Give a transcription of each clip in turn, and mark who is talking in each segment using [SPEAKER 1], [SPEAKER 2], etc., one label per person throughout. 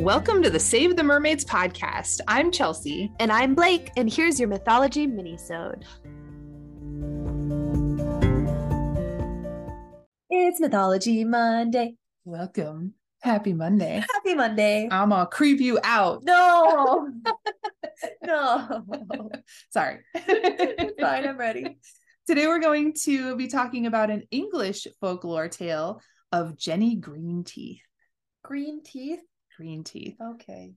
[SPEAKER 1] Welcome to the Save the Mermaids podcast. I'm Chelsea.
[SPEAKER 2] And I'm Blake, and here's your mythology minisode. It's Mythology Monday.
[SPEAKER 1] Welcome. Happy Monday.
[SPEAKER 2] Happy Monday.
[SPEAKER 1] I'm going to creep you out.
[SPEAKER 2] No, no.
[SPEAKER 1] Sorry.
[SPEAKER 2] Fine, I'm ready.
[SPEAKER 1] Today we're going to be talking about an English folklore tale of Jenny Green Teeth.
[SPEAKER 2] Green teeth.
[SPEAKER 1] Green Teeth,
[SPEAKER 2] Okay.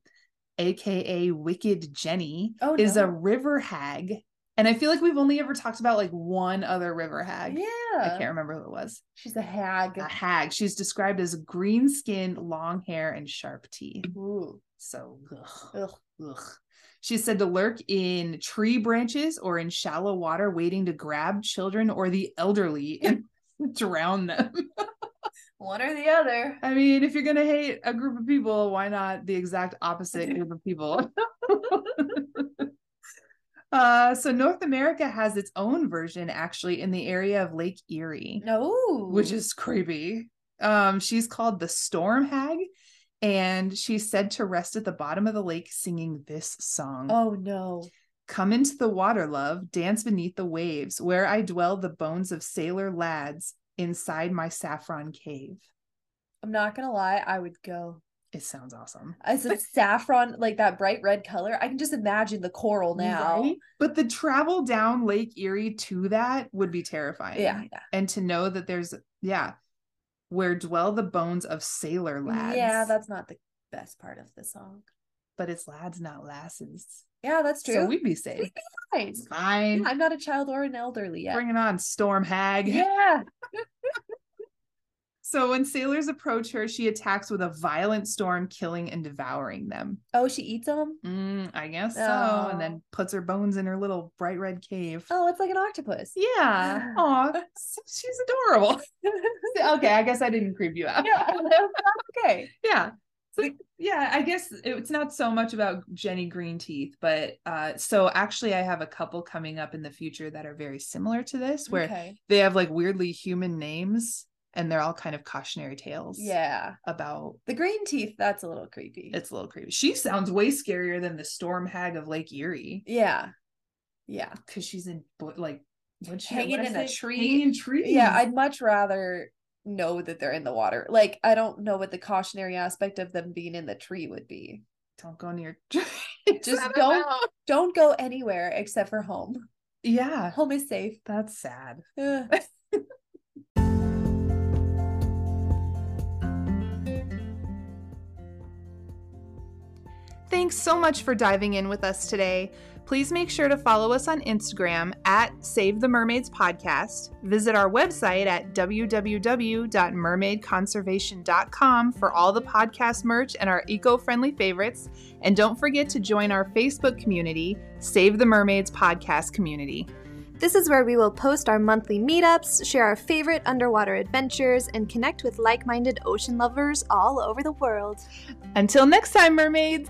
[SPEAKER 1] aka Wicked Jenny,
[SPEAKER 2] Oh,
[SPEAKER 1] is
[SPEAKER 2] no.
[SPEAKER 1] a river hag. And I feel like we've only ever talked about like one other river hag.
[SPEAKER 2] Yeah.
[SPEAKER 1] I can't Ah. remember who it was.
[SPEAKER 2] She's a hag.
[SPEAKER 1] A hag. She's described as green skin, long hair, and sharp teeth.
[SPEAKER 2] Ooh.
[SPEAKER 1] So ugh.
[SPEAKER 2] Ugh.
[SPEAKER 1] Ugh. She's said to lurk in tree branches or in shallow water, waiting to grab children or the elderly and drown them.
[SPEAKER 2] One or the other.
[SPEAKER 1] I mean, if you're going to hate a group of people, why not the exact opposite group of people? uh, so, North America has its own version actually in the area of Lake Erie
[SPEAKER 2] No.
[SPEAKER 1] which is creepy. Um, she's called the Storm Hag, and she's said to rest at the bottom of the lake singing this song.
[SPEAKER 2] Oh no.
[SPEAKER 1] Come into the water, love, dance beneath the waves, where I dwell the bones of sailor lads inside my saffron cave.
[SPEAKER 2] I'm not gonna lie, I would go.
[SPEAKER 1] It sounds awesome.
[SPEAKER 2] As a saffron, like that bright red color, I can just imagine the coral now.
[SPEAKER 1] Right? But the travel down Lake Erie to that would be terrifying.
[SPEAKER 2] Yeah, yeah.
[SPEAKER 1] And to know that there's yeah, where dwell the bones of sailor lads.
[SPEAKER 2] Yeah, that's not the best part of the song.
[SPEAKER 1] but it's lads, not lasses.
[SPEAKER 2] Yeah, that's true.
[SPEAKER 1] So we'd be safe.
[SPEAKER 2] Fine.
[SPEAKER 1] It's fine.
[SPEAKER 2] Yeah, I'm not a child or an elderly yet.
[SPEAKER 1] Bring it on, Storm Hag.
[SPEAKER 2] Yeah.
[SPEAKER 1] So when sailors approach her, she attacks with a violent storm, killing and devouring them.
[SPEAKER 2] Oh, she eats them.
[SPEAKER 1] Mm, I guess so.
[SPEAKER 2] Aw.
[SPEAKER 1] And then puts her bones in her little bright red cave.
[SPEAKER 2] Oh, it's like an octopus.
[SPEAKER 1] Yeah. Aw, s- she's adorable. okay, I guess I didn't creep you out.
[SPEAKER 2] Yeah, that's okay.
[SPEAKER 1] yeah. So, yeah, I guess it's not so much about Jenny Green Teeth, but uh, so actually, I have a couple coming up in the future that are very similar to this, where
[SPEAKER 2] okay.
[SPEAKER 1] they have like weirdly human names and they're all kind of cautionary tales
[SPEAKER 2] Yeah,
[SPEAKER 1] about
[SPEAKER 2] the green teeth. That's a little creepy.
[SPEAKER 1] it's a little creepy. She sounds way scarier than the storm hag of Lake Erie
[SPEAKER 2] yeah, yeah,
[SPEAKER 1] because she's in bo- like what'd she-
[SPEAKER 2] Hanging
[SPEAKER 1] what'd I
[SPEAKER 2] in a
[SPEAKER 1] say?
[SPEAKER 2] tree.
[SPEAKER 1] Hanging in trees.
[SPEAKER 2] yeah. I'd much rather know that they're in the water. Like, I don't know what the cautionary aspect of them being in the tree would be.
[SPEAKER 1] don't go near trees.
[SPEAKER 2] Just
[SPEAKER 1] I
[SPEAKER 2] don't-
[SPEAKER 1] know.
[SPEAKER 2] Don't go anywhere except for home.
[SPEAKER 1] Yeah,
[SPEAKER 2] Home is safe.
[SPEAKER 1] that's sad.
[SPEAKER 2] Ugh.
[SPEAKER 1] Thanks so much for diving in with us today. Please make sure to follow us on Instagram at Save the Mermaids Podcast. Visit our website at www.mermaidconservation.com for all the podcast merch and our eco friendly favorites. And don't forget to join our Facebook community, Save the Mermaids Podcast Community.
[SPEAKER 3] This is where we will post our monthly meetups, share our favorite underwater adventures, and connect with like minded ocean lovers all over the world.
[SPEAKER 1] Until next time, mermaids!